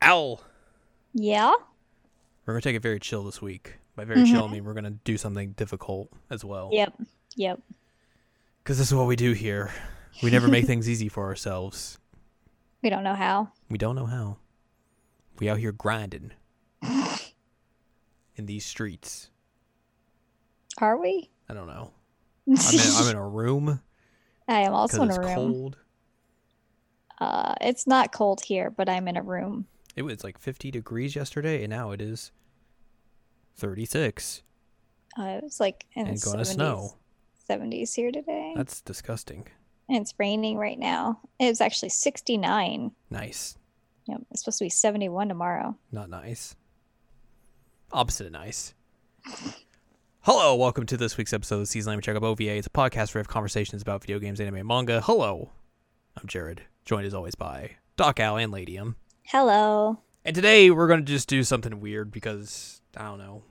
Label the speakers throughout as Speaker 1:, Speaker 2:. Speaker 1: Al,
Speaker 2: Yeah.
Speaker 1: we're gonna take it very chill this week. By very chill,
Speaker 2: Mm-hmm.
Speaker 1: I mean we're gonna do something difficult as well.
Speaker 2: Yep. Yep.
Speaker 1: Because this is what we do here. We never make things easy for ourselves.
Speaker 2: We don't know how.
Speaker 1: We don't know how. We out here grinding in these streets.
Speaker 2: Are we?
Speaker 1: I don't know. I'm in, I'm in a room
Speaker 2: I am also
Speaker 1: because
Speaker 2: in a
Speaker 1: it's
Speaker 2: room.
Speaker 1: cold.
Speaker 2: Uh, it's not cold here, but I'm in a room.
Speaker 1: It was like 50 degrees yesterday, and now it is 36
Speaker 2: Uh, it was like in
Speaker 1: and
Speaker 2: the
Speaker 1: going to
Speaker 2: 70s
Speaker 1: snow.
Speaker 2: 70s here today.
Speaker 1: That's disgusting.
Speaker 2: and it's raining right now. It's actually 69.
Speaker 1: Nice.
Speaker 2: Yep. It's supposed to be 71 tomorrow.
Speaker 1: Not nice. Opposite of nice. Hello, welcome to this week's episode of Season Language Checkup OVA. It's a podcast where we have conversations about video games, anime, and manga. Hello, I'm Jared, joined as always by Doc Al and Ladium.
Speaker 2: Hello.
Speaker 1: And today we're going to just do something weird because, I don't know,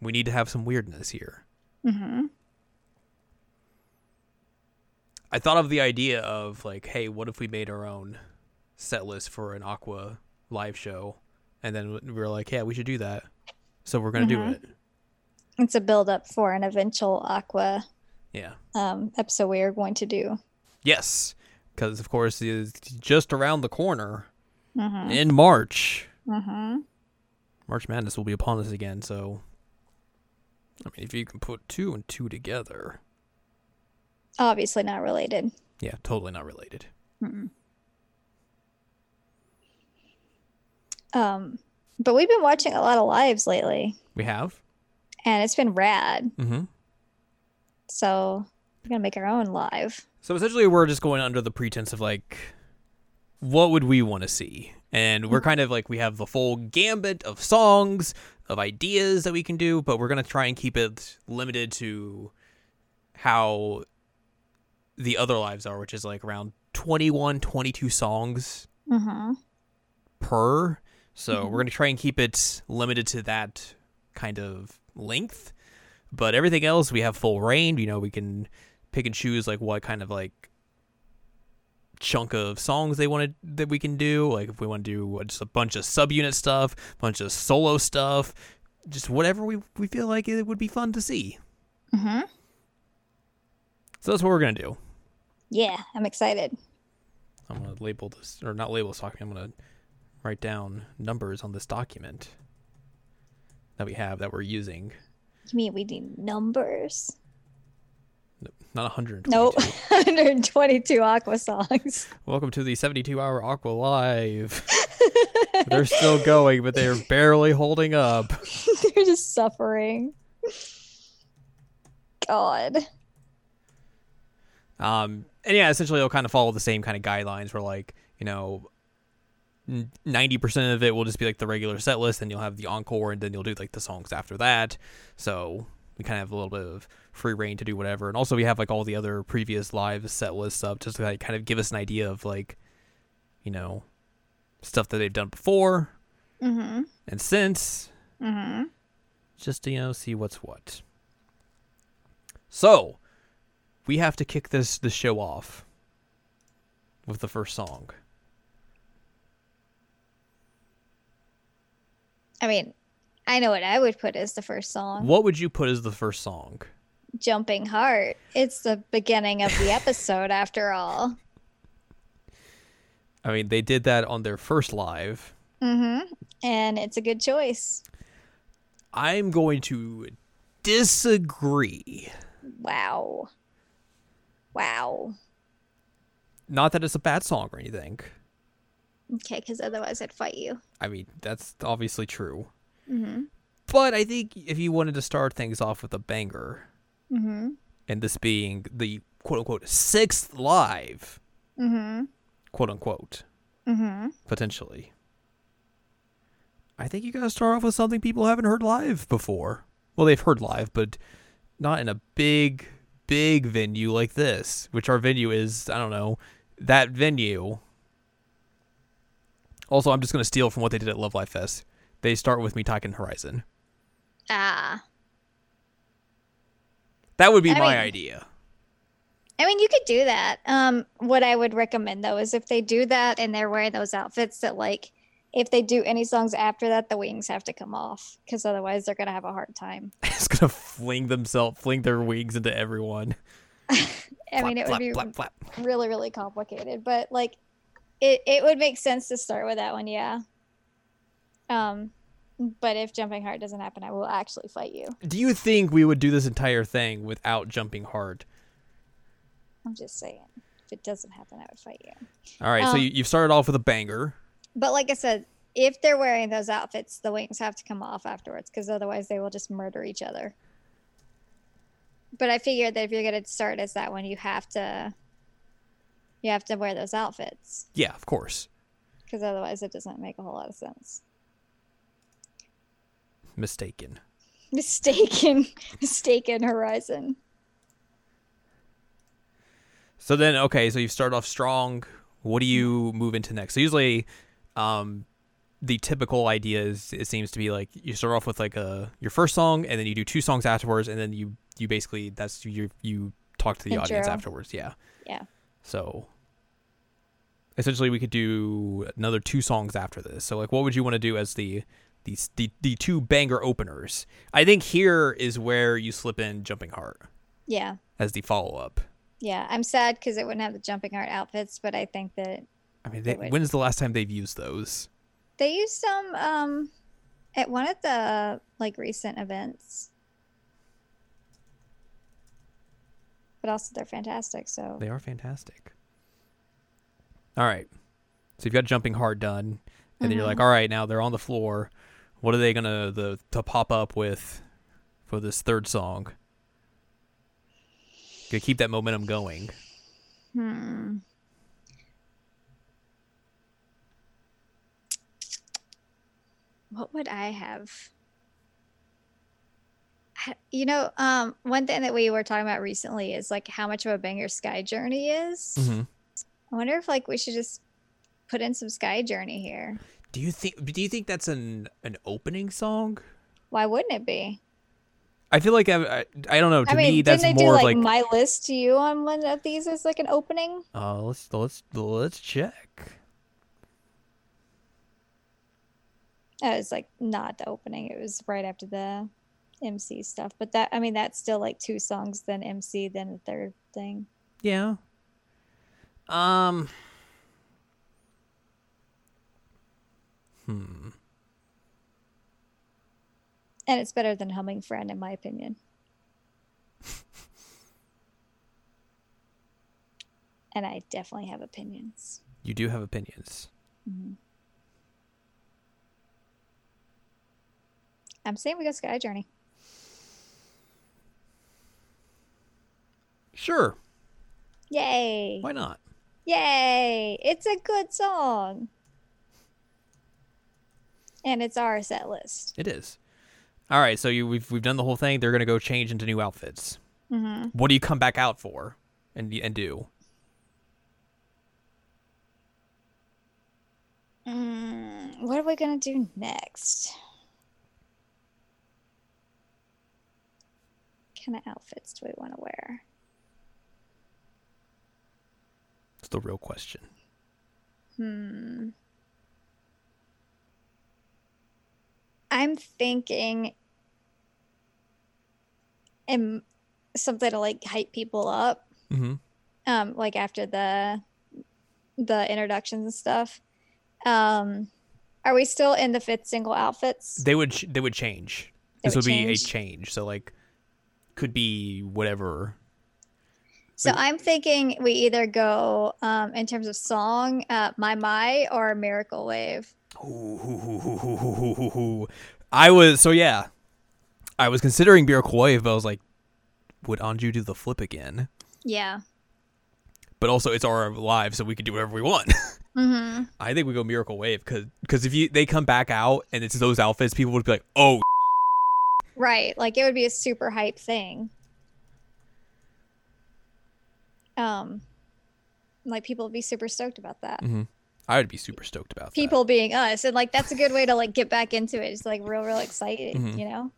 Speaker 1: we need to have some weirdness here.
Speaker 2: Mm-hmm.
Speaker 1: I thought of the idea of like, hey, what if we made our own set list for an Aqua live show? And then we were like, yeah, we should do that. So we're gonna
Speaker 2: Mhm.
Speaker 1: do it.
Speaker 2: It's a build up for an eventual Aqua
Speaker 1: Yeah.
Speaker 2: um, episode we are going to do.
Speaker 1: Yes, because of course it is just around the corner
Speaker 2: Mm-hmm.
Speaker 1: in March.
Speaker 2: Mm-hmm.
Speaker 1: March Madness will be upon us again. So, I mean, if you can put two and two together,
Speaker 2: Obviously not related.
Speaker 1: yeah, totally not related.
Speaker 2: Mm-mm. Um, but we've been watching a lot of lives lately,
Speaker 1: We have.
Speaker 2: and it's been rad.
Speaker 1: Mm-hmm.
Speaker 2: So we're gonna make our own live.
Speaker 1: So essentially, we're just going under the pretense of like, what would we want to see? And we're kind of like, we have the full gambit of songs, of ideas that we can do, but we're going to try and keep it limited to how the other lives are, which is like around 21, 22 songs
Speaker 2: Mm-hmm.
Speaker 1: per. So
Speaker 2: Mhm.
Speaker 1: we're going to try and keep it limited to that kind of length. But everything else, we have full reign. You know, we can pick and choose like what kind of like chunk of songs they want to that we can do. Like if we want to do just a bunch of subunit stuff, bunch of solo stuff, just whatever we we feel like it would be fun to see.
Speaker 2: Mm-hmm.
Speaker 1: So that's what we're gonna do.
Speaker 2: Yeah, I'm excited.
Speaker 1: I'm gonna label this or not label this document. I'm gonna write down numbers on this document that we have that we're using.
Speaker 2: You mean we need numbers?
Speaker 1: Not 120.
Speaker 2: Nope. 122 Aqua songs.
Speaker 1: Welcome to the 72 hour Aqua Live. they're still going, but they're barely holding up.
Speaker 2: They're just suffering. God.
Speaker 1: Um, and yeah, essentially it'll kind of follow the same kind of guidelines where like, you know, n- 90% of it will just be like the regular set list and you'll have the encore and then you'll do like the songs after that. So we kind of have a little bit of free reign to do whatever. And also we have like all the other previous live set lists up just to like kind of give us an idea of like, you know, stuff that they've done before
Speaker 2: Mm-hmm.
Speaker 1: and since
Speaker 2: Mm-hmm.
Speaker 1: just to you know see what's what. So, we have to kick this the show off with the first song.
Speaker 2: I mean, I know what I would put as the first song.
Speaker 1: What would you put as the first song?
Speaker 2: Jumping Heart. It's the beginning of the episode after all.
Speaker 1: I mean, they did that on their first live.
Speaker 2: Mm-hmm. And it's a good choice.
Speaker 1: I'm going to disagree.
Speaker 2: Wow. Wow.
Speaker 1: Not that it's a bad song or anything.
Speaker 2: Okay, because otherwise I'd fight you.
Speaker 1: I mean, that's obviously true.
Speaker 2: Mm-hmm.
Speaker 1: But I think if you wanted to start things off with a banger,
Speaker 2: Mm-hmm.
Speaker 1: and this being the quote unquote sixth live,
Speaker 2: Mm-hmm.
Speaker 1: quote unquote,
Speaker 2: Mm-hmm.
Speaker 1: potentially. I think you gotta start off with something people haven't heard live before. Well, they've heard live, but not in a big, big venue like this, which our venue is, I don't know, that venue. Also, I'm just gonna steal from what they did at Love Live Fest. They start with me talking Horizon.
Speaker 2: Ah.
Speaker 1: That would be
Speaker 2: I
Speaker 1: my
Speaker 2: mean-
Speaker 1: idea.
Speaker 2: I mean, you could do that. Um, what I would recommend though is if they do that and they're wearing those outfits that like if they do any songs after that, the wings have to come off because otherwise they're gonna have a hard time.
Speaker 1: It's gonna fling themselves, fling their wings into everyone.
Speaker 2: I mean, it would
Speaker 1: flap,
Speaker 2: be
Speaker 1: flap, flap.
Speaker 2: really really complicated, but like it it would make sense to start with that one, yeah. Um, but if jumping heart doesn't happen, I will actually fight you.
Speaker 1: Do you think we would do this entire thing without jumping hard?
Speaker 2: I'm just saying. If it doesn't happen, I would fight you.
Speaker 1: All right, so
Speaker 2: Um,
Speaker 1: you, you've started off with a banger.
Speaker 2: But like I said, if they're wearing those outfits, the wings have to come off afterwards because otherwise they will just murder each other. But I figured that if you're going to start as that one, you have to you have to wear those outfits
Speaker 1: Yeah, of course.
Speaker 2: because otherwise it doesn't make a whole lot of sense.
Speaker 1: Mistaken.
Speaker 2: Mistaken, mistaken horizon.
Speaker 1: So then, okay, so you start off strong. What do you move into next? So usually, um, the typical idea is it seems to be like you start off with like a your first song, and then you do two songs afterwards, and then you you basically that's you you talk to the audience
Speaker 2: Intro.
Speaker 1: afterwards. Yeah.
Speaker 2: Yeah.
Speaker 1: So essentially, we could do another two songs after this. So like, what would you want to do as the the the, the two banger openers? I think here is where you slip in Jumping Heart
Speaker 2: Yeah.
Speaker 1: as the follow up.
Speaker 2: Yeah. I'm sad because it wouldn't have the jumping heart outfits, but I think that
Speaker 1: I mean, they,
Speaker 2: It would.
Speaker 1: when's the last time they've used those?
Speaker 2: They used some um at one of the like recent events. But also they're fantastic, so
Speaker 1: They are fantastic. All right. So you've got jumping hard done, and then you're
Speaker 2: Mm-hmm.
Speaker 1: like, all right, now they're on the floor. What are they gonna the to pop up with for this third song? Gonna keep that momentum going.
Speaker 2: hmm. What would I have? I- You know, um, one thing that we were talking about recently is like how much of a banger Sky Journey is.
Speaker 1: Mm-hmm.
Speaker 2: I wonder if like we should just put in some Sky Journey here.
Speaker 1: Do you think? Do you think that's an an opening song?
Speaker 2: Why wouldn't it be?
Speaker 1: I feel like I I, I don't know. To
Speaker 2: I mean,
Speaker 1: me,
Speaker 2: didn't
Speaker 1: that's
Speaker 2: they do
Speaker 1: more of
Speaker 2: like,
Speaker 1: like
Speaker 2: my list to you on one of these as like an opening?
Speaker 1: uh, let's let's let's check.
Speaker 2: Uh, It was like not the opening. It was right after the MC stuff. But that I mean that's still like two songs, then MC, then a third thing.
Speaker 1: Yeah. Um. Hmm.
Speaker 2: And it's better than Humming Friend in my opinion. and I definitely have opinions.
Speaker 1: You do have opinions.
Speaker 2: Mhm. I'm saying we go Sky Journey.
Speaker 1: Sure.
Speaker 2: Yay.
Speaker 1: Why not?
Speaker 2: Yay! It's a good song. And it's our set list.
Speaker 1: It is. All right. So you we've we've done the whole thing. They're gonna go change into new outfits.
Speaker 2: hmm
Speaker 1: What do you come back out for? And y- and do.
Speaker 2: Mm, what are we going to do next? What kind of outfits do we want to wear?
Speaker 1: It's the real question.
Speaker 2: Hmm. I'm thinking um, something to like hype people up.
Speaker 1: Mm-hmm.
Speaker 2: um like after the the introductions and stuff um are we still in the fifth single outfits
Speaker 1: They would ch- they would change.
Speaker 2: They
Speaker 1: this would be
Speaker 2: would
Speaker 1: a
Speaker 2: change.
Speaker 1: change. So like, could be whatever.
Speaker 2: so i'm thinking we either go um in terms of song uh my my or miracle wave
Speaker 1: Ooh, I was so yeah. I was considering Miracle Wave, but I was like, would Anju do the flip again?
Speaker 2: yeah
Speaker 1: But also, it's our live, so we can do whatever we want.
Speaker 2: mm-hmm.
Speaker 1: I think we go Miracle Wave because if you they come back out and it's those outfits, people would be like, oh,
Speaker 2: right like it would be a super hype thing um like people would be super stoked about that
Speaker 1: I would be super stoked about that.
Speaker 2: people being us and like that's a good way to like get back into it it's like real real exciting
Speaker 1: Mhm.
Speaker 2: you know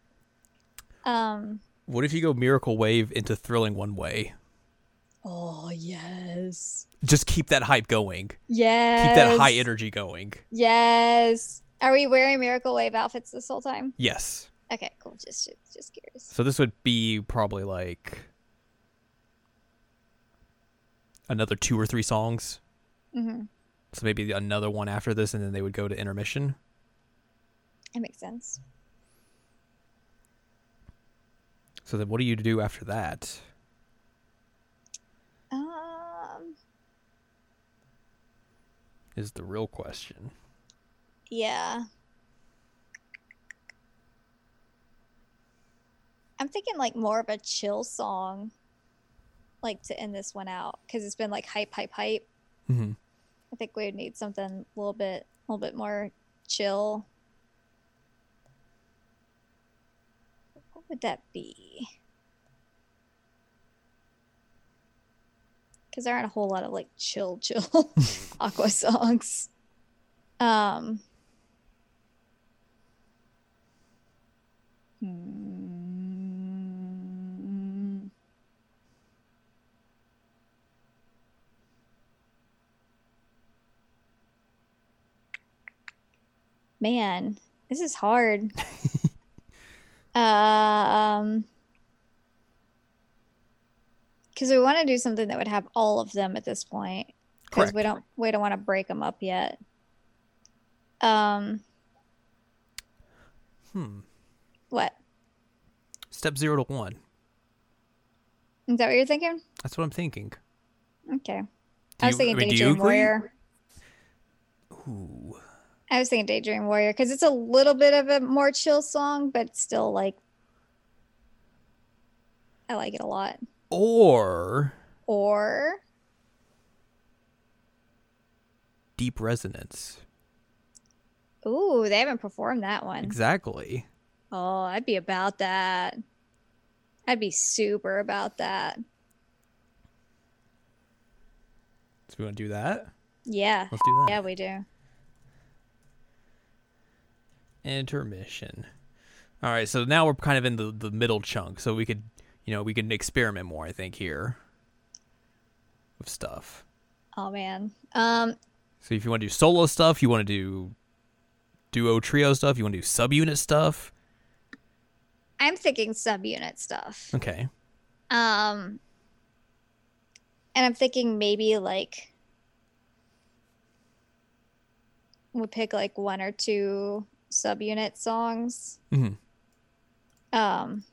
Speaker 2: um
Speaker 1: What if you go Miracle Wave into Thrilling One Way?
Speaker 2: Oh yes.
Speaker 1: Just keep that hype going.
Speaker 2: Yes.
Speaker 1: Keep that high energy going.
Speaker 2: Yes. Are we wearing Miracle Wave outfits this whole time?
Speaker 1: Yes.
Speaker 2: Okay, cool. Just just, just curious.
Speaker 1: So this would be probably like another two or three songs.
Speaker 2: hmm
Speaker 1: So maybe another one after this, and then they would go to intermission.
Speaker 2: That makes sense.
Speaker 1: So then, what do you do after that?
Speaker 2: Um.
Speaker 1: Is the real question.
Speaker 2: Yeah. I'm thinking like more of a chill song, like to end this one out because it's been like hype, hype, hype.
Speaker 1: Mm-hmm.
Speaker 2: I think we would need something a little bit, a little bit more chill. What would that be? Because there aren't a whole lot of like chill, chill aqua songs. Um. hmm. Man, this is hard. um, because we want to do something that would have all of them at this point. Because we don't we don't want to break them up yet. Um,
Speaker 1: Hmm.
Speaker 2: what
Speaker 1: Step zero to one.
Speaker 2: is that? What you're thinking?
Speaker 1: That's what I'm thinking.
Speaker 2: Okay,
Speaker 1: Do
Speaker 2: I was
Speaker 1: you- I
Speaker 2: thinking
Speaker 1: mean, do you
Speaker 2: Daydream
Speaker 1: agree?
Speaker 2: Warrior.
Speaker 1: Ooh.
Speaker 2: I was thinking Daydream Warrior because it's a little bit of a more chill song, but still like I like it a lot.
Speaker 1: Or
Speaker 2: Or
Speaker 1: deep resonance.
Speaker 2: ooh, they haven't performed that one.
Speaker 1: Exactly.
Speaker 2: Oh, I'd be about that. I'd be super about that.
Speaker 1: So we want to do that.
Speaker 2: Yeah.
Speaker 1: Let's do that.
Speaker 2: Yeah, we do.
Speaker 1: intermission. All right, so now we're kind of in the, the middle chunk, so we could, you know, we can experiment more. I think here with stuff.
Speaker 2: Oh man. Um
Speaker 1: So if you want to do solo stuff, you want to do duo trio stuff, you want to do subunit stuff.
Speaker 2: I'm thinking subunit stuff.
Speaker 1: Okay,
Speaker 2: Um and I'm thinking maybe like we'll pick like one or two subunit songs.
Speaker 1: Mhm.
Speaker 2: Um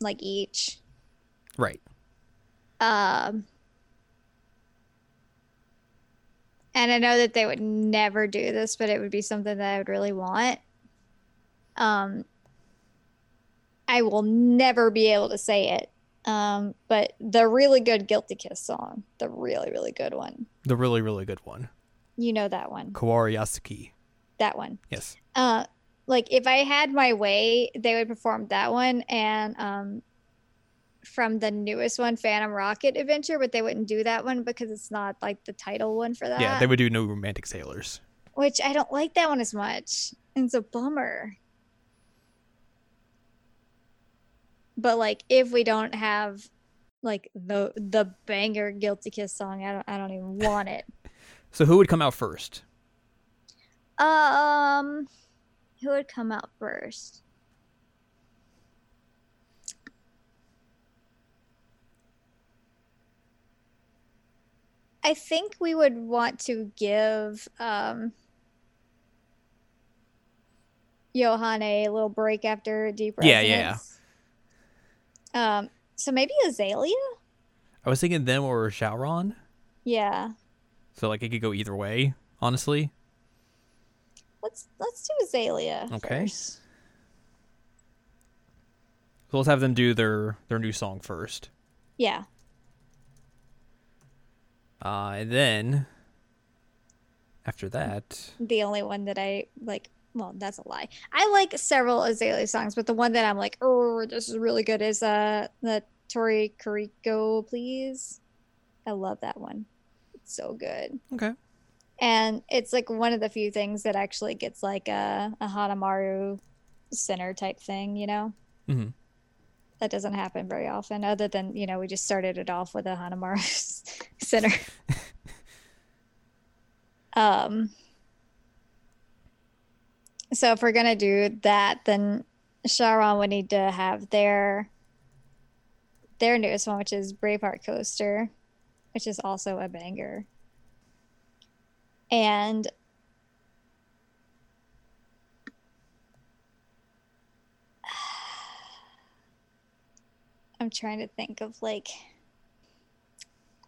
Speaker 2: like each.
Speaker 1: right.
Speaker 2: Um, and I know that they would never do this, but it would be something that I would really want. Um, I will never be able to say it. Um, but the really good Guilty Kiss song, the really, really good one.
Speaker 1: The really really good one,
Speaker 2: You know that one.
Speaker 1: Kawari Yasuki.
Speaker 2: That one.
Speaker 1: Yes.
Speaker 2: Uh, like if I had my way, they would perform that one and um from the newest one, Phantom Rocket Adventure, but they wouldn't do that one because it's not like the title one for that.
Speaker 1: Yeah, they would do no romantic sailors.
Speaker 2: which I don't like that one as much. It's a bummer. But like if we don't have like the the banger guilty kiss song, I don't I don't even want it.
Speaker 1: So who would come out first?
Speaker 2: Um, who would come out first? I think we would want to give um, Johanna a little break after deep
Speaker 1: Yeah, yeah, yeah.
Speaker 2: Resonance. Um, so maybe Azalea?
Speaker 1: I was thinking them or Shaoran.
Speaker 2: Yeah.
Speaker 1: So like it could go either way, honestly.
Speaker 2: Let's let's do Azalea.
Speaker 1: Okay.
Speaker 2: first.
Speaker 1: So let's have them do their their new song first.
Speaker 2: Yeah.
Speaker 1: Uh, and then after that,
Speaker 2: the only one that I like. Well, that's a lie. I like several Azalea songs, but the one that I'm like, oh, this is really good is uh the Tori Carrico, please. I love that one. It's so good,
Speaker 1: okay,
Speaker 2: and it's like one of the few things that actually gets like a, a Hanamaru center type thing, you know.
Speaker 1: Mhm.
Speaker 2: That doesn't happen very often, other than, you know, we just started it off with a Hanamura center. um, so if we're going to do that, then Sharon would need to have their their newest one, which is Braveheart Coaster, which is also a banger. And I'm trying to think of like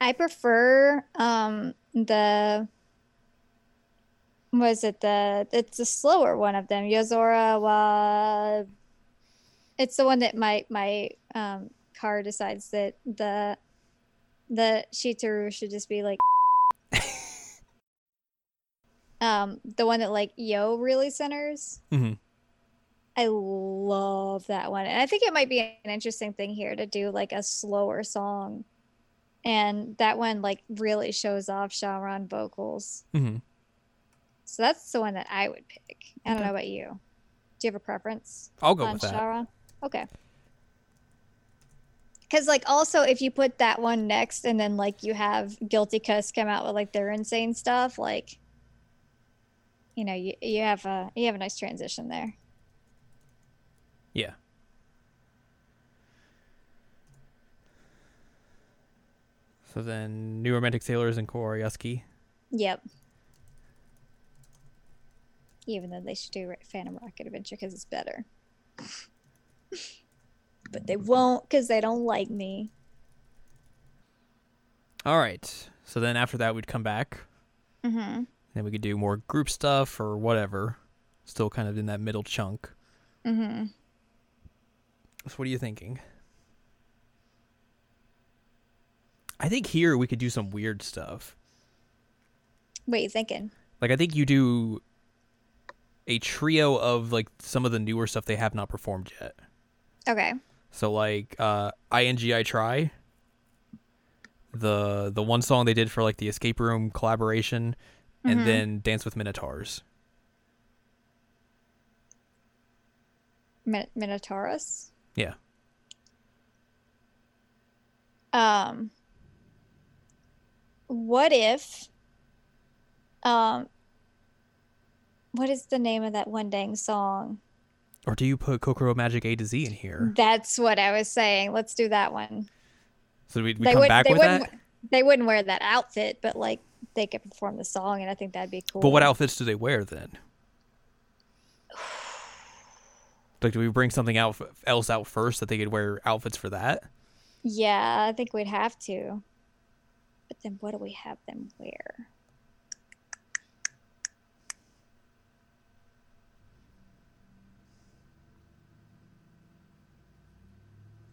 Speaker 2: I prefer um the was it the it's the slower one of them, Yozora wa it's the one that my my um car decides that the the Shitaru should just be like um the one that like yo really centers
Speaker 1: Mhm.
Speaker 2: i love that one and i think it might be an interesting thing here to do like a slower song and that one like really shows off Sharon vocals
Speaker 1: Mhm.
Speaker 2: so that's the one that i would pick i don't
Speaker 1: Okay.
Speaker 2: know about you do you have a preference
Speaker 1: I'll go
Speaker 2: on
Speaker 1: with that.
Speaker 2: Sharon? okay because like also if you put that one next and then like you have guilty cuss come out with like their insane stuff like you know you, you have a you have a nice transition there
Speaker 1: Yeah. So then, New Romantic Sailors and Koryosuke.
Speaker 2: Yep. Even though they should do Ra- Phantom Rocket Adventure because it's better. but
Speaker 1: Mm-hmm.
Speaker 2: they won't because they don't like me.
Speaker 1: All right. So then, after that, we'd come back.
Speaker 2: Mm-hmm.
Speaker 1: Then we could do more group stuff or whatever. Still kind of in that middle chunk.
Speaker 2: Mm-hmm.
Speaker 1: So what are you thinking? I think here we could do some weird stuff.
Speaker 2: What you thinking?
Speaker 1: Like I think you do a trio of like some of the newer stuff they have not performed yet.
Speaker 2: Okay.
Speaker 1: So like uh INGI try the the one song they did for like the escape room collaboration and
Speaker 2: Mm-hmm.
Speaker 1: then Dance with Minotaurs.
Speaker 2: Min- Minotaurus.
Speaker 1: Yeah.
Speaker 2: Um. What if? Um. What is the name of that one dang song?
Speaker 1: Or do you put Kokoro Magic A to Z in
Speaker 2: Mm.
Speaker 1: here?
Speaker 2: That's what I was saying. Let's do that one.
Speaker 1: So we, we
Speaker 2: they
Speaker 1: come
Speaker 2: would,
Speaker 1: back
Speaker 2: they
Speaker 1: with
Speaker 2: wouldn't,
Speaker 1: that.
Speaker 2: we- They wouldn't wear that outfit, but like they could perform the song, and I think that'd be cool.
Speaker 1: But what outfits do they wear then? Like, do we bring something out else out first that they could wear outfits for that?
Speaker 2: Yeah, I think we'd have to. But then, what do we have them wear?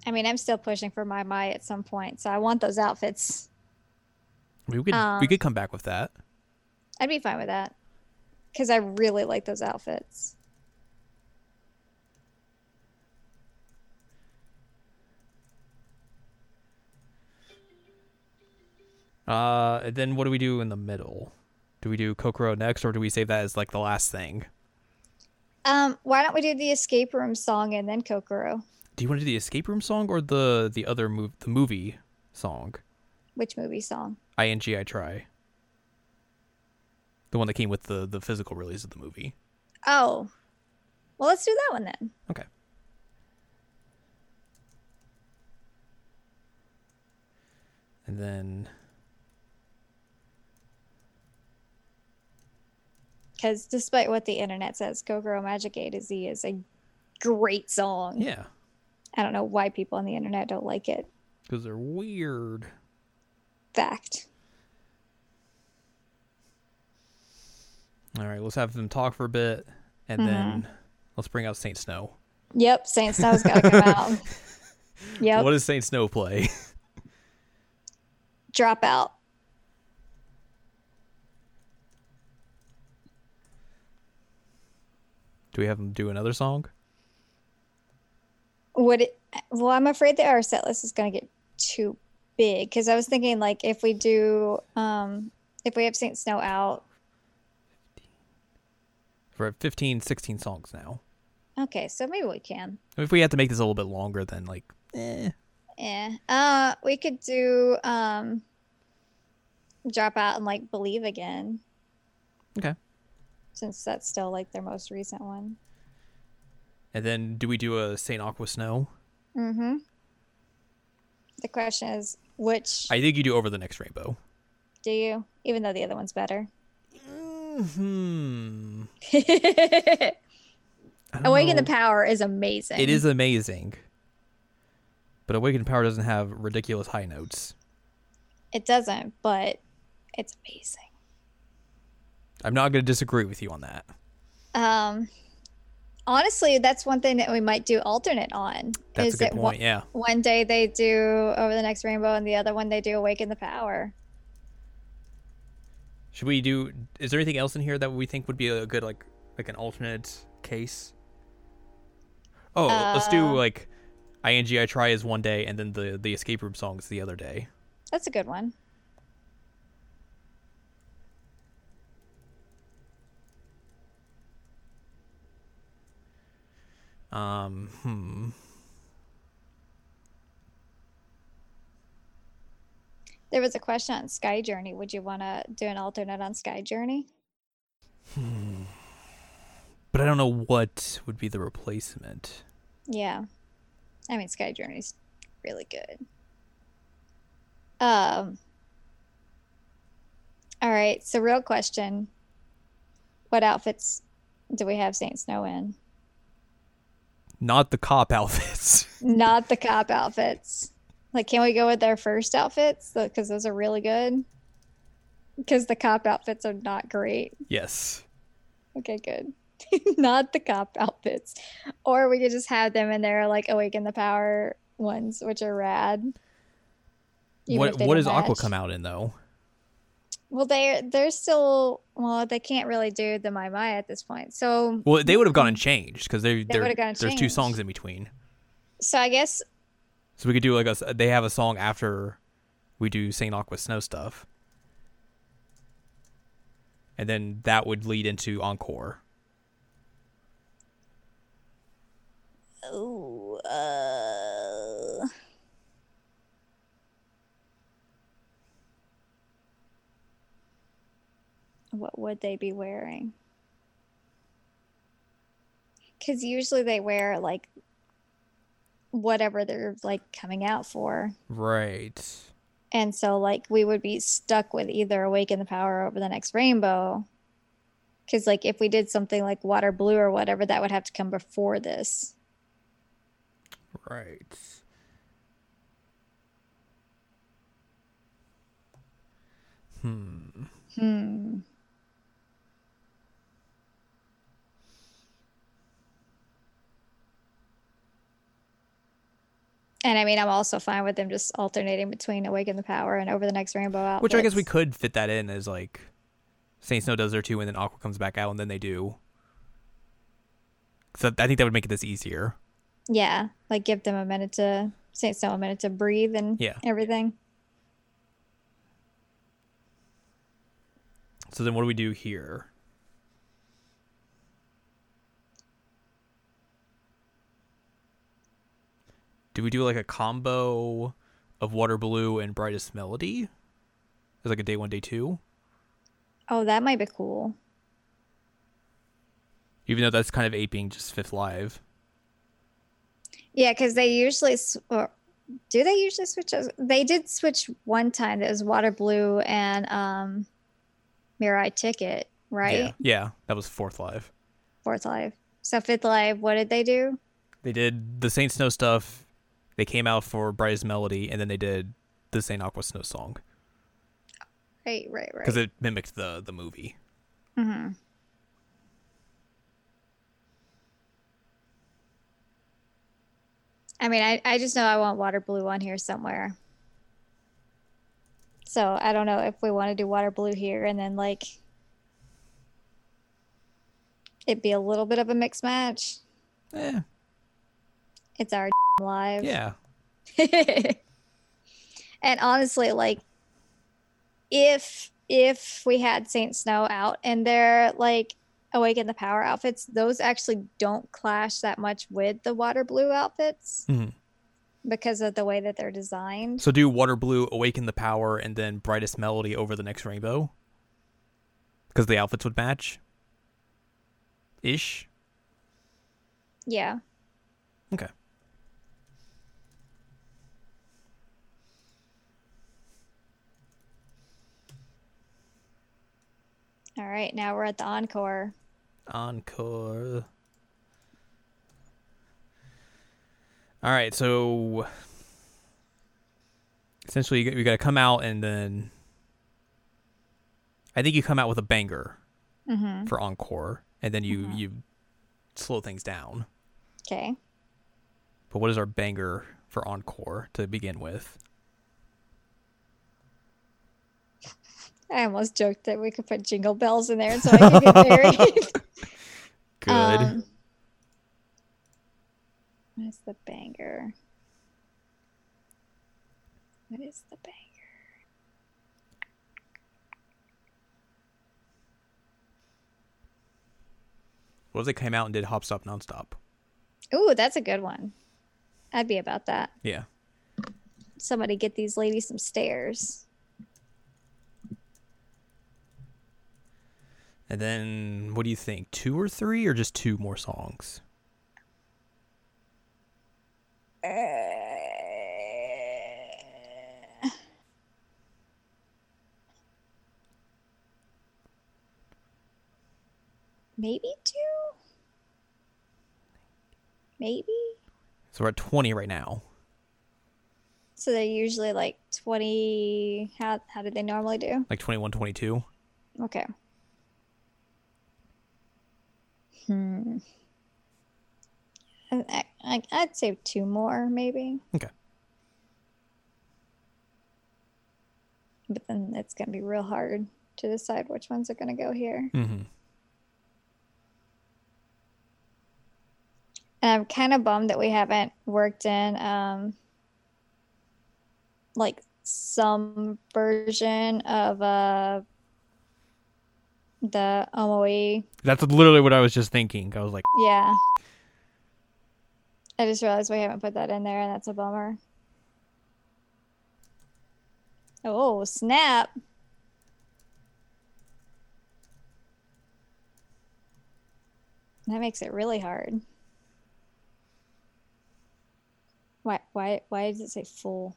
Speaker 2: I mean, I'm still pushing for my my at some point, so I want those outfits.
Speaker 1: We could
Speaker 2: Um,
Speaker 1: we could come back with that.
Speaker 2: I'd be fine with that because I really like those outfits.
Speaker 1: Uh, and then what do we do in the middle? Do we do Kokoro next, or do we save that as like the last thing?
Speaker 2: Um, why don't we do the escape room song and then Kokoro?
Speaker 1: Do you want to do the escape room song or the the other move the movie song?
Speaker 2: Which movie song?
Speaker 1: Ing I try. The one that came with the the physical release of the movie.
Speaker 2: Oh. Well, let's do that one then.
Speaker 1: Okay. And then
Speaker 2: Because despite what the internet says, Kokoro Magic A to Z is a great song.
Speaker 1: yeah,
Speaker 2: I don't know why people on the internet don't like it.
Speaker 1: because they're weird.
Speaker 2: Fact.
Speaker 1: All right, let's have them talk for a bit, and then let's bring out Saint Snow.
Speaker 2: Yep, Saint Snow's got to come out. Yep.
Speaker 1: What does Saint Snow play?
Speaker 2: Drop out.
Speaker 1: do we have them do another song?
Speaker 2: Would it? Well, I'm afraid that our set list is going to get too big because I was thinking like if we do, um, if we have Saint Snow out,
Speaker 1: We're at 15, 16 songs now.
Speaker 2: okay, so maybe we can.
Speaker 1: If we had to make this a little bit longer than like eh.
Speaker 2: Yeah. Uh, we could do um, drop out and like believe again.
Speaker 1: Okay.
Speaker 2: Since that's still like their most recent one.
Speaker 1: And then do we do a Saint Aqua Snow?
Speaker 2: Mm-hmm. The question is, which
Speaker 1: I think you do over the next rainbow.
Speaker 2: do you? Even though the other one's better.
Speaker 1: Hmm. I don't
Speaker 2: Awaken the
Speaker 1: know.
Speaker 2: Power is amazing.
Speaker 1: Um, It is amazing. But Awakened Power doesn't have ridiculous high notes.
Speaker 2: It doesn't, but it's amazing.
Speaker 1: I'm not going to disagree with you on that.
Speaker 2: Um, honestly, that's one thing that we might do alternate on.
Speaker 1: That's
Speaker 2: is
Speaker 1: a
Speaker 2: that
Speaker 1: good
Speaker 2: one-
Speaker 1: point. yeah.
Speaker 2: one day they do Over the Next Rainbow, and the other one they do Awaken the Power.
Speaker 1: Should we do? Is there anything else in here that we think would be a good like like an alternate case? Oh, let's do
Speaker 2: Uh,
Speaker 1: like ing I try is one day, and then the the escape room song is the other day.
Speaker 2: That's a good one.
Speaker 1: Um, hmm.
Speaker 2: There was a question on Sky Journey. Would you want to do an alternate on Sky Journey?
Speaker 1: But I don't know what would be the replacement.
Speaker 2: Yeah. I mean, Sky Journey's really good. Um, all right. So, real question What outfits do we have Saint Snow in?
Speaker 1: Not the cop outfits.
Speaker 2: Not the cop outfits. Like, can we go with their first outfits? Because those are really good. Because the cop outfits are not great.
Speaker 1: yes.
Speaker 2: Okay, good. Not the cop outfits. Or we could just have them in their like awaken the power ones, which are rad. Even if
Speaker 1: what
Speaker 2: they
Speaker 1: what
Speaker 2: don't
Speaker 1: does Aqua
Speaker 2: match.
Speaker 1: come out in though?
Speaker 2: Well, they're they're still well, they can't really do the Mai Mai at this point. So
Speaker 1: Well, they would have gone and changed because they
Speaker 2: They
Speaker 1: they're-
Speaker 2: would've gone and
Speaker 1: there's two
Speaker 2: changed.
Speaker 1: songs in between.
Speaker 2: so I guess
Speaker 1: So we could do like a s- they have a song after we do Saint Aqua Snow stuff. And then that would lead into Encore.
Speaker 2: oh uh what would they be wearing? Because usually they wear like whatever they're like coming out for.
Speaker 1: Right.
Speaker 2: And so, like, we would be stuck with either Awaken the Power over the next rainbow. Because, like, if we did something like Water Blue or whatever, that would have to come before this.
Speaker 1: Right. Hmm.
Speaker 2: Hmm. And I mean, I'm also fine with them just alternating between Awaken the Power and Over the Next Rainbow outfits.
Speaker 1: Which I guess we could fit that in as like Saint Snow does their two and then Aqua comes back out and then they do. So I think that would make this easier.
Speaker 2: Yeah, like give them a minute to Saint Snow a minute to breathe and
Speaker 1: Yeah.
Speaker 2: everything.
Speaker 1: So then what do we do here? Do we do like a combo of Water Blue and Brightest Melody? As like a day one, day two?
Speaker 2: Oh, that might be cool.
Speaker 1: Even though that's kind of aping just Fifth Live.
Speaker 2: Yeah, because they usually sw- or do they usually switch? those? They did switch one time. That was Water Blue and um, Mirai Ticket, right?
Speaker 1: Yeah. yeah, that was Fourth Live.
Speaker 2: Fourth Live. So Fifth Live, what did they do?
Speaker 1: They did the Saint Snow stuff. They came out for Brightest Melody, and then they did the Saint Aqua Snow song
Speaker 2: Right, right, right.
Speaker 1: because it mimicked the the movie.
Speaker 2: hmm I mean, I, I just know I want water blue on here somewhere. So I don't know if we want to do water blue here and then like it be a little bit of a mixed match.
Speaker 1: Eh,
Speaker 2: It's our live.
Speaker 1: yeah,
Speaker 2: and honestly, like if if we had Saint Snow out and they're like Awaken the Power outfits, those actually don't clash that much with the water blue outfits.
Speaker 1: Mhm.
Speaker 2: because of the way that they're designed.
Speaker 1: So do Water Blue, Awaken the Power, and then Brightest Melody over the next rainbow? Because the outfits would match? Ish?
Speaker 2: Yeah.
Speaker 1: Okay.
Speaker 2: All right, now we're at the encore.
Speaker 1: Encore. All right, so essentially you, you got to come out and then I think you come out with a banger
Speaker 2: Mm-hmm.
Speaker 1: for encore, and then you you slow things down.
Speaker 2: Okay.
Speaker 1: But what is our banger for encore to begin with?
Speaker 2: I almost joked that we could put jingle bells in there so I could get married.
Speaker 1: Good.
Speaker 2: Um, what is the banger? What is the banger?
Speaker 1: what if they came out and did hop stop nonstop?
Speaker 2: Ooh, that's a good one. I'd be about that.
Speaker 1: Yeah.
Speaker 2: Somebody get these ladies some stairs.
Speaker 1: And then what do you think? Two or three or just two more songs?
Speaker 2: Uh, Maybe two? Maybe?
Speaker 1: So we're at 20 right now.
Speaker 2: So they're usually like 20. How, how do they normally do?
Speaker 1: Like 21, 22.
Speaker 2: Okay. Hmm. I, I, I'd say two more, maybe.
Speaker 1: Okay.
Speaker 2: But then it's going to be real hard to decide which ones are going to go here.
Speaker 1: Mm-hmm.
Speaker 2: And I'm kind of bummed that we haven't worked in um like some version of uh the Omoe.
Speaker 1: That's literally what I was just thinking. I was like,
Speaker 2: Yeah. I just realized we haven't put that in there and that's a bummer. Oh, snap. That makes it really hard. Why why why does it say full?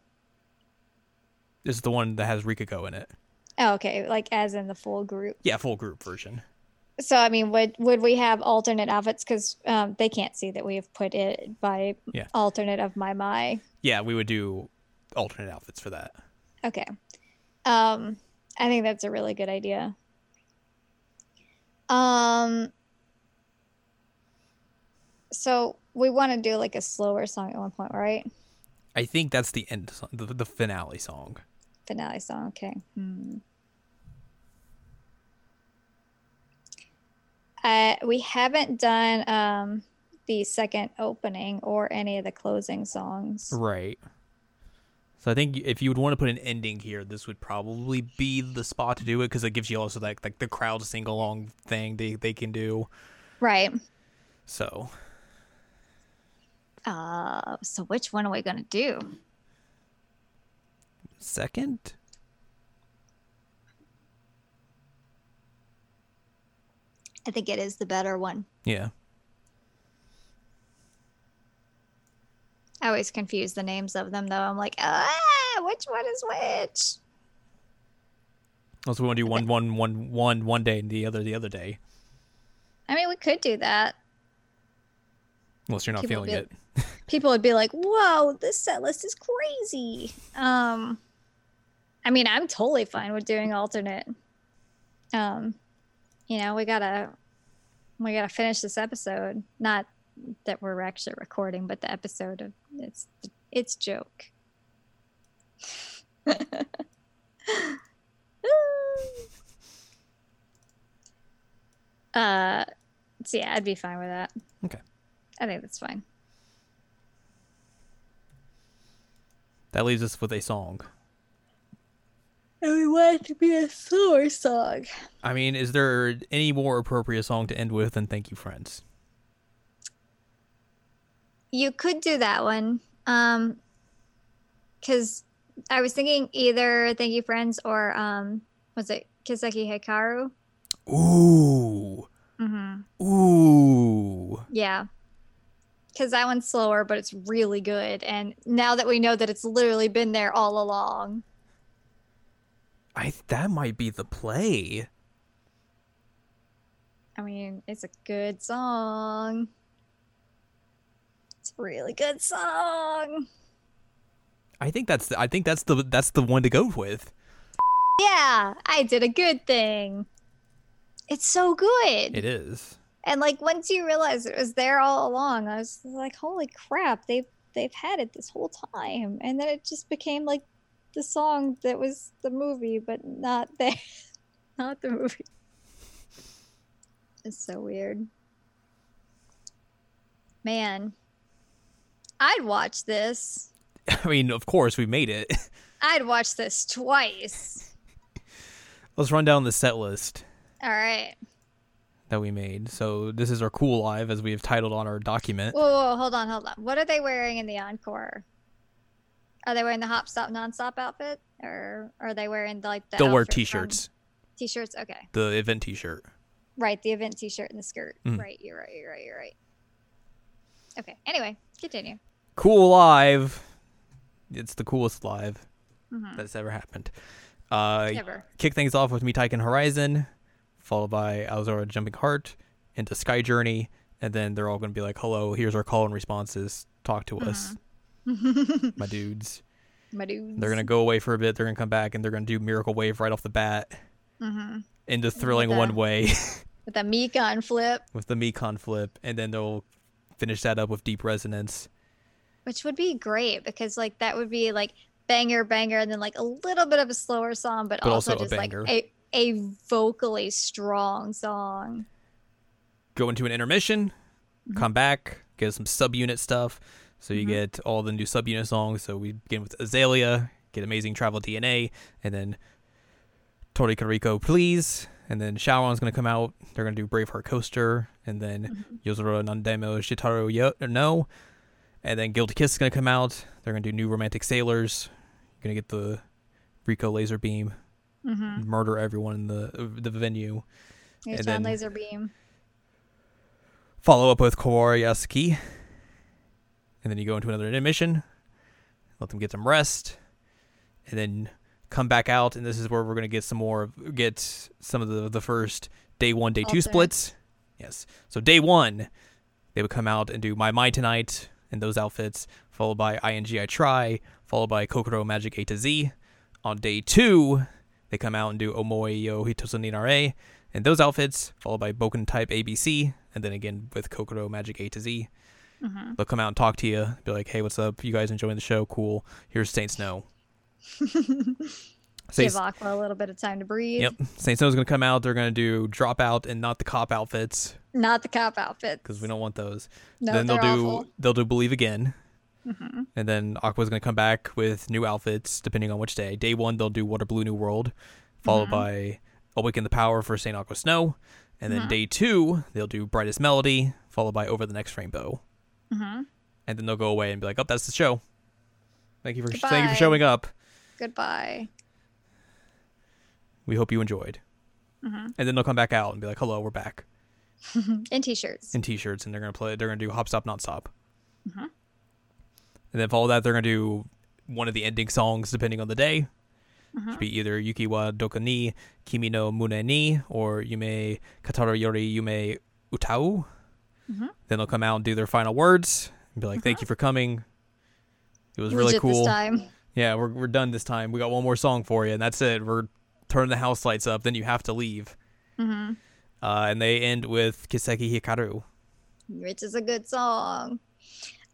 Speaker 1: this is the one that has Rikiko in it.
Speaker 2: Oh, okay, like as in the full group.
Speaker 1: Yeah, full group version.
Speaker 2: So I mean, would would we have alternate outfits? Because um, they can't see that we have put it by
Speaker 1: Yeah.
Speaker 2: alternate of my my.
Speaker 1: Yeah, we would do alternate outfits for that.
Speaker 2: Okay, um, I think that's a really good idea. Um, so we want to do like a slower song at one point, right?
Speaker 1: I think that's the end, song, the, the finale song.
Speaker 2: Finale song. Okay. Hmm. Uh, we haven't done um, the second opening or any of the closing songs.
Speaker 1: Right. So I think if you would want to put an ending here, this would probably be the spot to do it because it gives you also that like the crowd sing along thing they they can do.
Speaker 2: Right.
Speaker 1: So
Speaker 2: Uh, so which one are we gonna do?
Speaker 1: second,
Speaker 2: I think it is the better one.
Speaker 1: yeah,
Speaker 2: I always confuse the names of them though. I'm like, ah, which one is which?
Speaker 1: unless we want to do one one one one one day and the other the other day,
Speaker 2: I mean, we could do that.
Speaker 1: unless you're not
Speaker 2: People
Speaker 1: feeling
Speaker 2: be-
Speaker 1: it.
Speaker 2: People would be like, whoa, this set list is crazy. Um, I mean, I'm totally fine with doing alternate. Um, you know, we gotta we gotta finish this episode. Not that we're actually recording, but the episode of it's it's joke. uh, so yeah, I'd be fine with that.
Speaker 1: Okay.
Speaker 2: I think that's fine.
Speaker 1: That leaves us with a song.
Speaker 2: And we want it to be a slower song.
Speaker 1: I mean, is there any more appropriate song to end with than "Thank You, Friends"?
Speaker 2: You could do that one. Um, because I was thinking either Thank You Friends or um, was it Kiseki Hikaru?
Speaker 1: Ooh.
Speaker 2: Mm-hmm.
Speaker 1: Ooh.
Speaker 2: Yeah, because that one's slower, but it's really good. And now that we know that it's literally been there all along,
Speaker 1: I that might be the play.
Speaker 2: I mean, it's a good song. It's a really good song.
Speaker 1: I think that's the, I think that's the that's the one to go with.
Speaker 2: Yeah, I did a good thing. It's so good.
Speaker 1: It is.
Speaker 2: And like once you realize it was there all along, I was like, holy crap, they've they've had it this whole time. And then it just became like the song that was the movie, but not the not the movie. It's so weird. Man. I'd watch this.
Speaker 1: I mean, of course we made it.
Speaker 2: I'd watch this twice.
Speaker 1: Let's run down the set list
Speaker 2: All right.
Speaker 1: that we made. So this is our cool live as we have titled on our document.
Speaker 2: Whoa, whoa, whoa, hold on, hold on. What are they wearing in the encore? Are they wearing the hop stop nonstop outfit, or are they wearing the, like the?
Speaker 1: They'll wear
Speaker 2: outfit from-
Speaker 1: t-shirts.
Speaker 2: T-shirts, okay.
Speaker 1: The event t-shirt.
Speaker 2: Right, the event T-shirt and the skirt.
Speaker 1: Mhm.
Speaker 2: Right, you're right, you're right, you're right. Okay. Anyway, continue.
Speaker 1: Cool live. It's the coolest live
Speaker 2: Mhm.
Speaker 1: that's ever happened. Uh,
Speaker 2: Ever.
Speaker 1: kick things off with me Taiken Horizon, followed by Alzora Jumping Heart into Sky Journey, and then they're all going to be like, "Hello, here's our call and responses. Talk to us, my dudes."
Speaker 2: My dudes.
Speaker 1: They're going to go away for a bit. They're going to come back, and they're going to do Miracle Wave right off the bat
Speaker 2: Mhm.
Speaker 1: into Thrilling
Speaker 2: that.
Speaker 1: One Way
Speaker 2: with the Mekon flip,
Speaker 1: with the Mekon flip, and then they'll finish that up with Deep Resonance.
Speaker 2: which would be great because like that would be like banger, banger, and then like a little bit of a slower song, but,
Speaker 1: But also a
Speaker 2: just like
Speaker 1: banger.
Speaker 2: a a vocally strong song.
Speaker 1: Go into an intermission, come back, get some subunit stuff. So you
Speaker 2: Mhm.
Speaker 1: get all the new subunit songs. So we begin with Azalea, get Amazing Travel DNA, and then Tori Kariko Please, and then Shaoran's gonna come out. They're gonna do Braveheart Coaster, and then Yozura Nandemo Shitaro Yo- No, and then Guilty Kiss is gonna come out. They're gonna do New Romantic Sailors. You're gonna get the Rico Laser Beam,
Speaker 2: Mm-hmm.
Speaker 1: murder everyone in the the venue.
Speaker 2: Here's
Speaker 1: And
Speaker 2: John
Speaker 1: then-
Speaker 2: Laser Beam.
Speaker 1: follow up with Kawari Yasuki, and then you go into another intermission, let them get some rest, and then come back out. And this is where we're gonna get some more, of- get some of the the first day one, day two
Speaker 2: Alternates.
Speaker 1: splits. Yes. So day one, they would come out and do My My Tonight in those outfits, followed by ING I Try, followed by Kokoro Magic A to Z. On day two, they come out and do Omoi Yo Hitosu Ninare in those outfits, followed by Boken Type ABC, and then again with Kokoro Magic A to Z.
Speaker 2: Mm-hmm.
Speaker 1: They'll come out and talk to you, be like, hey, what's up? You guys enjoying the show? Cool. Here's Saint Snow. Saint,
Speaker 2: Give Aqua a little bit of time to breathe.
Speaker 1: yep. Saint Snow's going to come out. They're going to do Dropout and Not the Cop outfits
Speaker 2: Not the cop outfits.
Speaker 1: because we don't want those.
Speaker 2: No,
Speaker 1: then they'll
Speaker 2: they're
Speaker 1: do
Speaker 2: awful. Mm-hmm.
Speaker 1: they'll do believe again and then aqua's going to come back with new outfits depending on which day day one they'll do water blue new world followed
Speaker 2: Mm-hmm.
Speaker 1: by awaken the power for saint aqua snow and then day two they'll do brightest melody followed by over the next rainbow
Speaker 2: Mhm.
Speaker 1: and then they'll go away and be like oh that's the show thank you for thank you
Speaker 2: Goodbye.
Speaker 1: for showing up
Speaker 2: Goodbye.
Speaker 1: we hope you enjoyed
Speaker 2: Mm-hmm.
Speaker 1: and then they'll come back out and be like hello we're back
Speaker 2: In t-shirts.
Speaker 1: in t-shirts and they're gonna play they're gonna do hop stop non stop and then follow that they're gonna do one of the ending songs depending on the day should be either yuki wa doka ni kimi no mune ni or yume kataro yori yume utau then they'll come out and do their final words and be like thank you for coming it was really
Speaker 2: Legit
Speaker 1: cool
Speaker 2: This time.
Speaker 1: yeah we're, we're done this time we got one more song for you and that's it we're turning the house lights up then you have to leave
Speaker 2: Mm-hmm.
Speaker 1: uh, and they end with kiseki hikaru
Speaker 2: Which is a good song.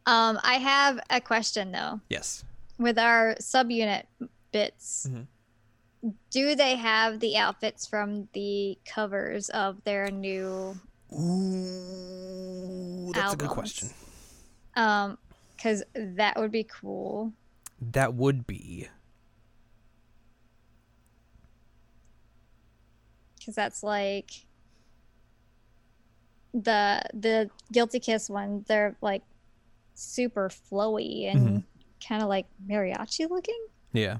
Speaker 2: Um, I have a question though.
Speaker 1: yes
Speaker 2: With our subunit bits,
Speaker 1: Mhm.
Speaker 2: do they have the outfits from the covers of their new
Speaker 1: Ooh, that's a good
Speaker 2: albums.
Speaker 1: question.
Speaker 2: um because that would be cool.
Speaker 1: That would be.
Speaker 2: because that's like
Speaker 1: Mm-hmm.
Speaker 2: the the guilty kiss one they're like super flowy and kind of like mariachi looking.
Speaker 1: Yeah.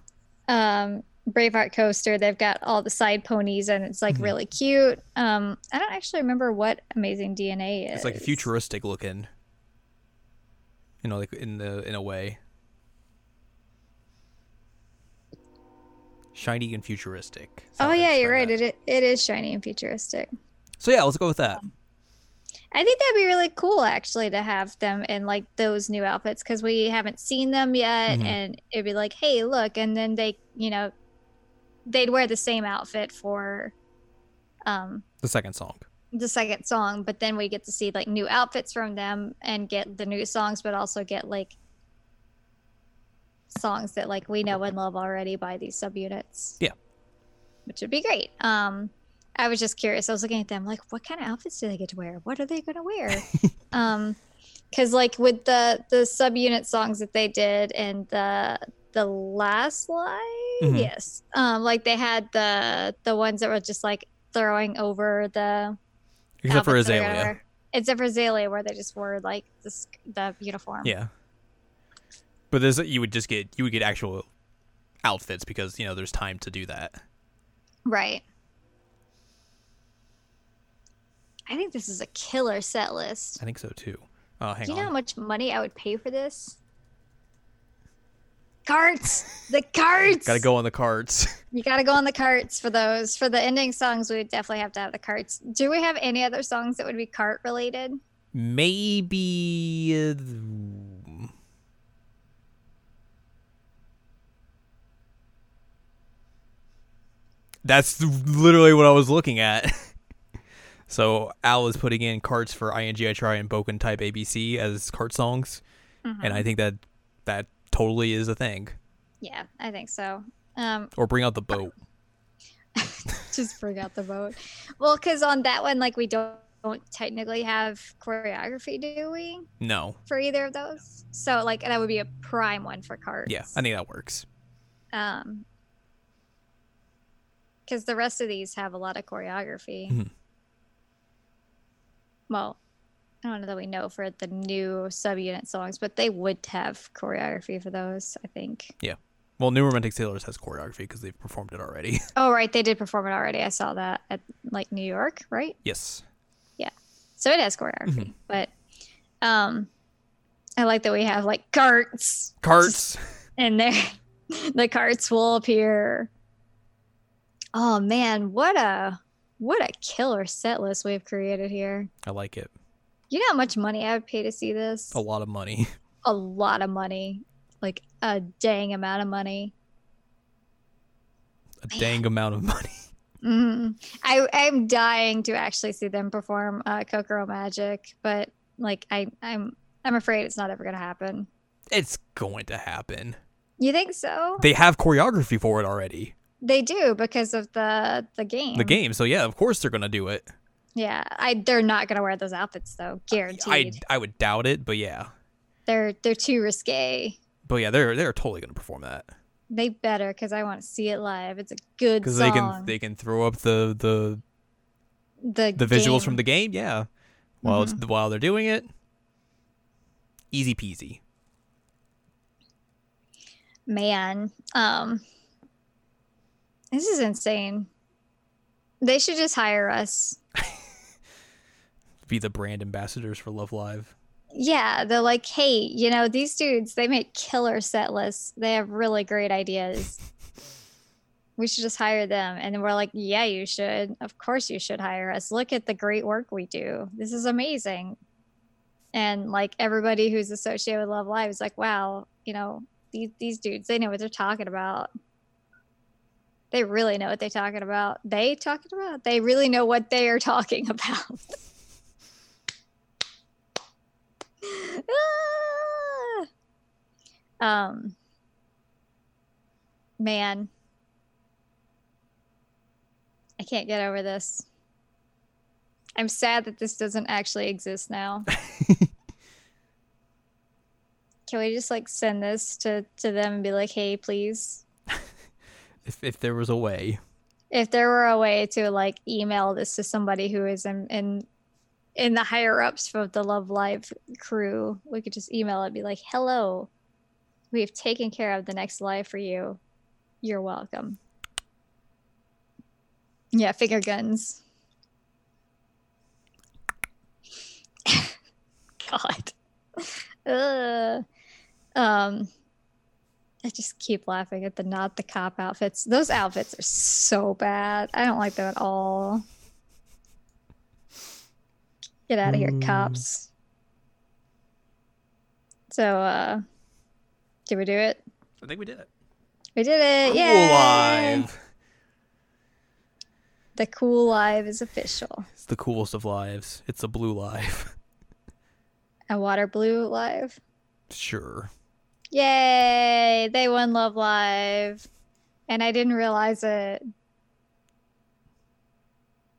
Speaker 2: Um, Braveheart coaster. They've got all the side ponies, and it's like
Speaker 1: Mhm.
Speaker 2: really cute. Um, I don't actually remember what Amazing DNA is.
Speaker 1: It's like futuristic looking. You know, like in the in a way. Shiny and futuristic. is how
Speaker 2: Oh
Speaker 1: I
Speaker 2: yeah,
Speaker 1: describe
Speaker 2: you're right.
Speaker 1: that.
Speaker 2: It, it it is shiny and futuristic.
Speaker 1: So yeah, let's go with that.
Speaker 2: I think that'd be really cool actually to have them in like those new outfits because we haven't seen them yet,
Speaker 1: Mhm.
Speaker 2: and it'd be like, hey, look, and then they, you know, they'd wear the same outfit for, um,
Speaker 1: The second song.
Speaker 2: the second song, but then we get to see like new outfits from them and get the new songs, but also get like songs that like we know and love already by these subunits.
Speaker 1: Yeah.
Speaker 2: Which would be great. Um I was just curious. I was looking at them like what kind of outfits do they get to wear? What are they going to wear? um cuz like with the the subunit songs that they did and the the last line,
Speaker 1: Mhm.
Speaker 2: yes. Um like they had the the ones that were just like throwing over the
Speaker 1: Except for
Speaker 2: outfits that they're gonna
Speaker 1: Azalea.
Speaker 2: wear. Except for Azalea, where they just wore like the sk- the uniform.
Speaker 1: Yeah. But there's you would just get you would get actual outfits because, you know, there's time to do that.
Speaker 2: Right. I think this is a killer set list.
Speaker 1: I think so too. Uh hang
Speaker 2: Do you know how
Speaker 1: on.
Speaker 2: much money I would pay for this? Carts, the carts.
Speaker 1: Gotta go on the cards.
Speaker 2: You gotta go on the carts for those. For the ending songs, we would definitely have to have the carts. Do we have any other songs that would be cart related?
Speaker 1: Maybe uh, th- That's literally what I was looking at. so Al is putting in carts for ING I try and Boken type ABC as cart songs, and I think that that totally is a thing.
Speaker 2: Mm-hmm. Yeah, I think so. Um,
Speaker 1: Or bring out the boat.
Speaker 2: just bring out the boat. Well, because on that one, like we don't, don't technically have choreography, do we,
Speaker 1: No,
Speaker 2: for either of those? So like that would be a prime one for cards.
Speaker 1: yeah, I think that works.
Speaker 2: Um, because the rest of these have a lot of choreography.
Speaker 1: Mhm.
Speaker 2: Well, I don't know that we know for the new subunit songs, but they would have choreography for those, I think.
Speaker 1: Well, New Romantic Sailors has choreography because they've performed it already.
Speaker 2: Oh, right. They did perform it already. I saw that at like New York, right?
Speaker 1: yes,
Speaker 2: So it has choreography, but um, I like that we have like carts
Speaker 1: carts.
Speaker 2: in there. the carts will appear. Oh man, what a what a killer set list we've created here.
Speaker 1: I like it.
Speaker 2: You know how much money I would pay to see this?
Speaker 1: A lot of money.
Speaker 2: A lot of money, like a dang amount of money.
Speaker 1: A dang amount of money.
Speaker 2: Mhm. I I'm dying to actually see them perform uh, Kokoro Magic, but like I I'm I'm afraid it's not ever gonna happen.
Speaker 1: It's going to happen.
Speaker 2: You think so?
Speaker 1: They have choreography for it already.
Speaker 2: They do because of the the game.
Speaker 1: The game. So yeah, of course they're gonna do it.
Speaker 2: Yeah, I they're not gonna wear those outfits though,
Speaker 1: I
Speaker 2: guaranteed.
Speaker 1: I would doubt it, but yeah.
Speaker 2: They're they're too risque.
Speaker 1: But yeah, they're they're totally gonna perform that
Speaker 2: They better because I want to see it live. It's a good
Speaker 1: because
Speaker 2: song.
Speaker 1: they can they can throw up the the
Speaker 2: the
Speaker 1: the visuals
Speaker 2: game. Mm-hmm.
Speaker 1: from the game. Yeah, while it's, while they're doing it, easy peasy.
Speaker 2: man. Um, this is insane. They should just hire us.
Speaker 1: Be the brand ambassadors for Love Live.
Speaker 2: Yeah, they're like, hey, you know, these dudes, they make killer set lists. They have really great ideas. we should just hire them. And then we're like, yeah, you should. Of course, you should hire us. Look at the great work we do. This is amazing. And like everybody who's associated with Love Live is like, wow, you know, these, these dudes, they know what they're talking about. They really know what they're talking about. They talking about? They really know what they are talking about. Ah! Um, man, I can't get over this. I'm sad that this doesn't actually exist now. Can we just like send this to to them and be like, "Hey, please,
Speaker 1: If if there was a way,
Speaker 2: if there were a way to like email this to somebody who is in in, in the higher ups of the Love Live crew, we could just email it, and be like, "Hello, We've taken care of the next life for you. You're welcome. Yeah, finger guns. God. Ugh. Um, I just keep laughing at the not the cop outfits. Those outfits are so bad. I don't like them at all. Get out of here,
Speaker 1: Mm.
Speaker 2: cops. So, uh, did we do it?
Speaker 1: I think we did it.
Speaker 2: We did it.
Speaker 1: Cool
Speaker 2: Yeah.
Speaker 1: live.
Speaker 2: The cool live is official.
Speaker 1: It's the coolest of lives. It's a blue live.
Speaker 2: A water blue live.
Speaker 1: sure.
Speaker 2: Yay! They won Love Live. And I didn't realize it.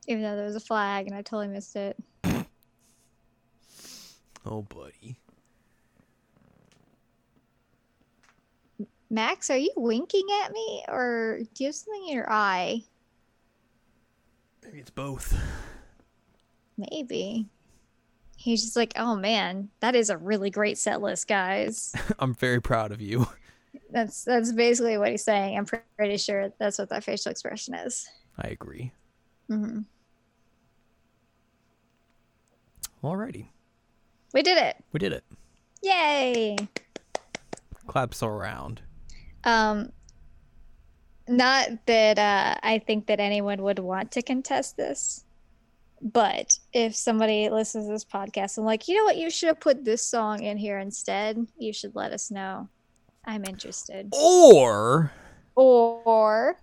Speaker 2: Even though there was a flag and I totally missed it.
Speaker 1: Oh, buddy.
Speaker 2: Max, are you winking at me or do you have something in your eye?
Speaker 1: Maybe it's both.
Speaker 2: Maybe. He's just like, oh man, that is a really great set list, guys.
Speaker 1: I'm very proud of you.
Speaker 2: That's that's basically what he's saying. I'm pretty sure that's what that facial expression is.
Speaker 1: I agree.
Speaker 2: hmm
Speaker 1: Alrighty.
Speaker 2: We did it!
Speaker 1: We did it.
Speaker 2: Yay!
Speaker 1: Claps around.
Speaker 2: Um, not that uh, I think that anyone would want to contest this, but if somebody listens to this podcast and like, you know what, you should have put this song in here instead, you should let us know. I'm interested.
Speaker 1: Or
Speaker 2: Or,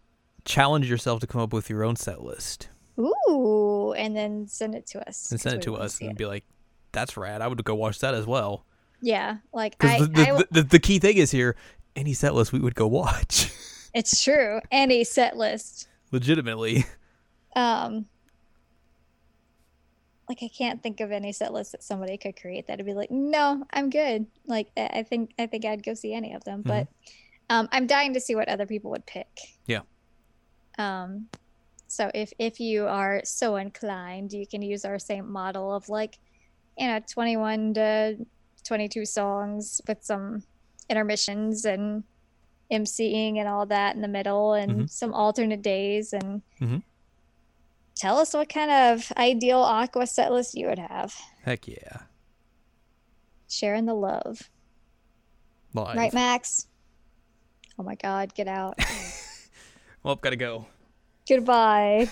Speaker 1: challenge yourself to come up with your own set list
Speaker 2: ooh, and then send it to us.
Speaker 1: and
Speaker 2: 'cause
Speaker 1: send it
Speaker 2: we
Speaker 1: to
Speaker 2: wanna
Speaker 1: us
Speaker 2: see
Speaker 1: and
Speaker 2: it.
Speaker 1: be like, that's rad. I would go watch that as well.
Speaker 2: Yeah, like I,
Speaker 1: Because the,
Speaker 2: I w-
Speaker 1: the, the, the key thing is here any set list we would go watch.
Speaker 2: it's true. Any set list.
Speaker 1: Legitimately.
Speaker 2: um like I can't think of any set list that somebody could create that'd be like, no, I'm good. Like I I think I think I'd go see any of them, but um, I'm dying to see what other people would pick.
Speaker 1: Yeah.
Speaker 2: Um, so if if you are so inclined, you can use our same model of like, you know, 21 to 22 songs with some intermissions and MCing and all that in the middle, and
Speaker 1: Mhm.
Speaker 2: some alternate days and
Speaker 1: Mhm.
Speaker 2: tell us what kind of ideal aqua set list you would have.
Speaker 1: Heck yeah.
Speaker 2: Sharing the love.
Speaker 1: Live.
Speaker 2: Right, Max? Oh my God, get out.
Speaker 1: Well, gotta go.
Speaker 2: Goodbye.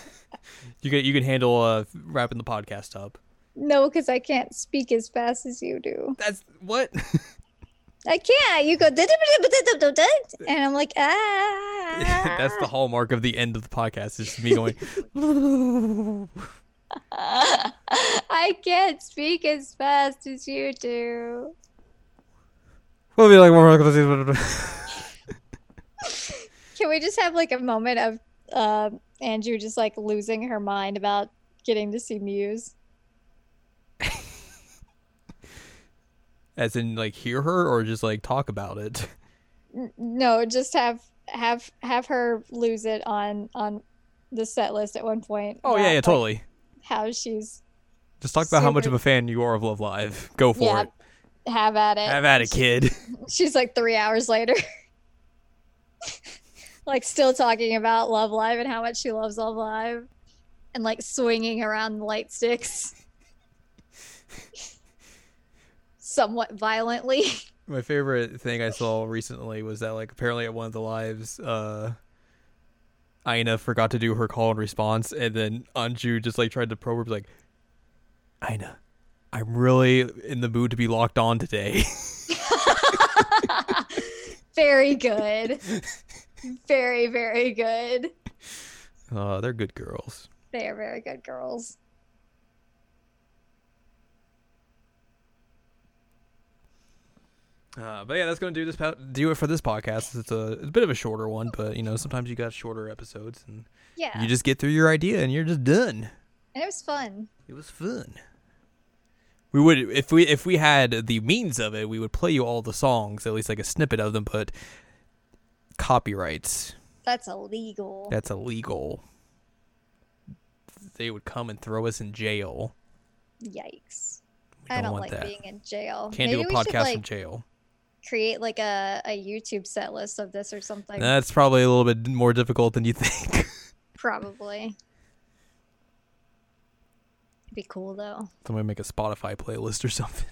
Speaker 1: You can, you can handle uh, wrapping the podcast up.
Speaker 2: No, because I can't speak as fast as you do.
Speaker 1: That's what?
Speaker 2: I can't. You go, and I'm like, ah.
Speaker 1: That's the hallmark of the end of the podcast. Is me going.
Speaker 2: I can't speak as fast as you do.
Speaker 1: We'll be like more.
Speaker 2: Can we just have like a moment of um Andrew just like losing her mind about getting to see Muse?
Speaker 1: As in, like hear her or just like talk about it.
Speaker 2: N- No, just have have have her lose it on on the set list at one point.
Speaker 1: Oh yeah,
Speaker 2: about,
Speaker 1: yeah,
Speaker 2: like,
Speaker 1: totally.
Speaker 2: How she's
Speaker 1: Just talk about how much of
Speaker 2: super-
Speaker 1: a fan you are of Love Live. Go for
Speaker 2: Yeah.
Speaker 1: it.
Speaker 2: have at it.
Speaker 1: Have at it, kid.
Speaker 2: She's like three hours later. like still talking about Love Live and how much she loves Love Live and like swinging around the light sticks somewhat violently.
Speaker 1: My favorite thing I saw recently was that like apparently at one of the lives, uh Aina forgot to do her call and response and then Anju just like tried to probe her like Aina, I'm really in the mood to be locked on today.
Speaker 2: very good. Very, very good.
Speaker 1: uh they're good girls.
Speaker 2: They are very good girls.
Speaker 1: Uh, but yeah, that's gonna do this po- do it for this podcast. It's a, it's a bit of a shorter one, but you know sometimes you got shorter episodes and
Speaker 2: Yeah.
Speaker 1: you just get through your idea and you're just done.
Speaker 2: and it was fun.
Speaker 1: It was fun. We would if we if we had the means of it, we would play you all the songs, at least like a snippet of them, but copyrights,
Speaker 2: That's illegal.
Speaker 1: that's illegal. They would come and throw us in jail.
Speaker 2: Yikes.
Speaker 1: We
Speaker 2: I
Speaker 1: don't
Speaker 2: don't
Speaker 1: want
Speaker 2: like
Speaker 1: that.
Speaker 2: being in jail.
Speaker 1: Can't do a
Speaker 2: we should,
Speaker 1: podcast
Speaker 2: like,
Speaker 1: from jail.
Speaker 2: create like a, a YouTube set list of this or something.
Speaker 1: That's probably a little bit more difficult than you think.
Speaker 2: Probably. It'd be cool though.
Speaker 1: Somebody make a Spotify playlist or something.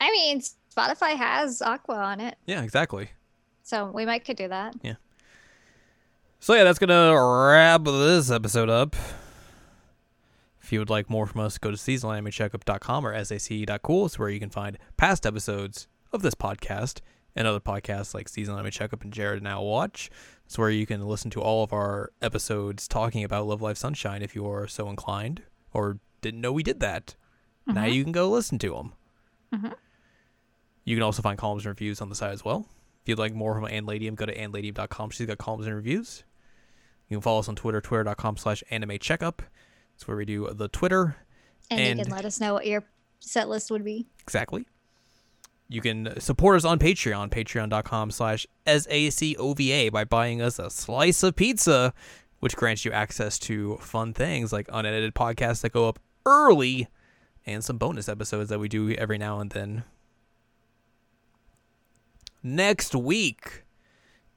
Speaker 2: I mean, Spotify has Aqua on it,
Speaker 1: Yeah, exactly.
Speaker 2: so we might could do that.
Speaker 1: So yeah, that's gonna wrap this episode up. If you would like more from us, go to seasonalanimecheckup.com or sace.cool. E It's where you can find past episodes of this podcast and other podcasts like Seasonal Anime Checkup and Jared Now Watch. It's where you can listen to all of our episodes talking about Love Life Sunshine if you are so inclined or didn't know we did that. Now you can go listen to them. You can also find columns and reviews on the site as well. If you'd like more from Anladium, go to anladium.com. She's got columns and reviews. You can follow us on Twitter, twitter.com slash anime checkup. That's where we do the Twitter.
Speaker 2: And, you
Speaker 1: And-
Speaker 2: can let us know what your set list would be.
Speaker 1: Exactly. You can support us on Patreon, patreon.com slash SACOVA by buying us a slice of pizza, which grants you access to fun things like unedited podcasts that go up early and some bonus episodes that we do every now and then. Next week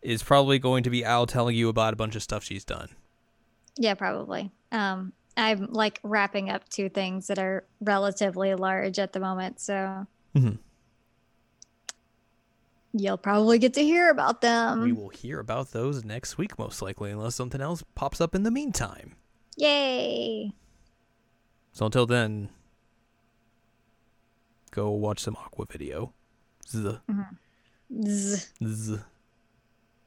Speaker 1: is probably going to be Al telling you about a bunch of stuff she's done.
Speaker 2: Yeah, probably. Um, I'm like wrapping up two things that are relatively large at the moment, so
Speaker 1: Mhm.
Speaker 2: you'll probably get to hear about them.
Speaker 1: We will hear about those next week, most likely, unless something else pops up in the meantime.
Speaker 2: Yay!
Speaker 1: So until then, go watch some Aqua video. Z.
Speaker 2: Zzz.
Speaker 1: Z.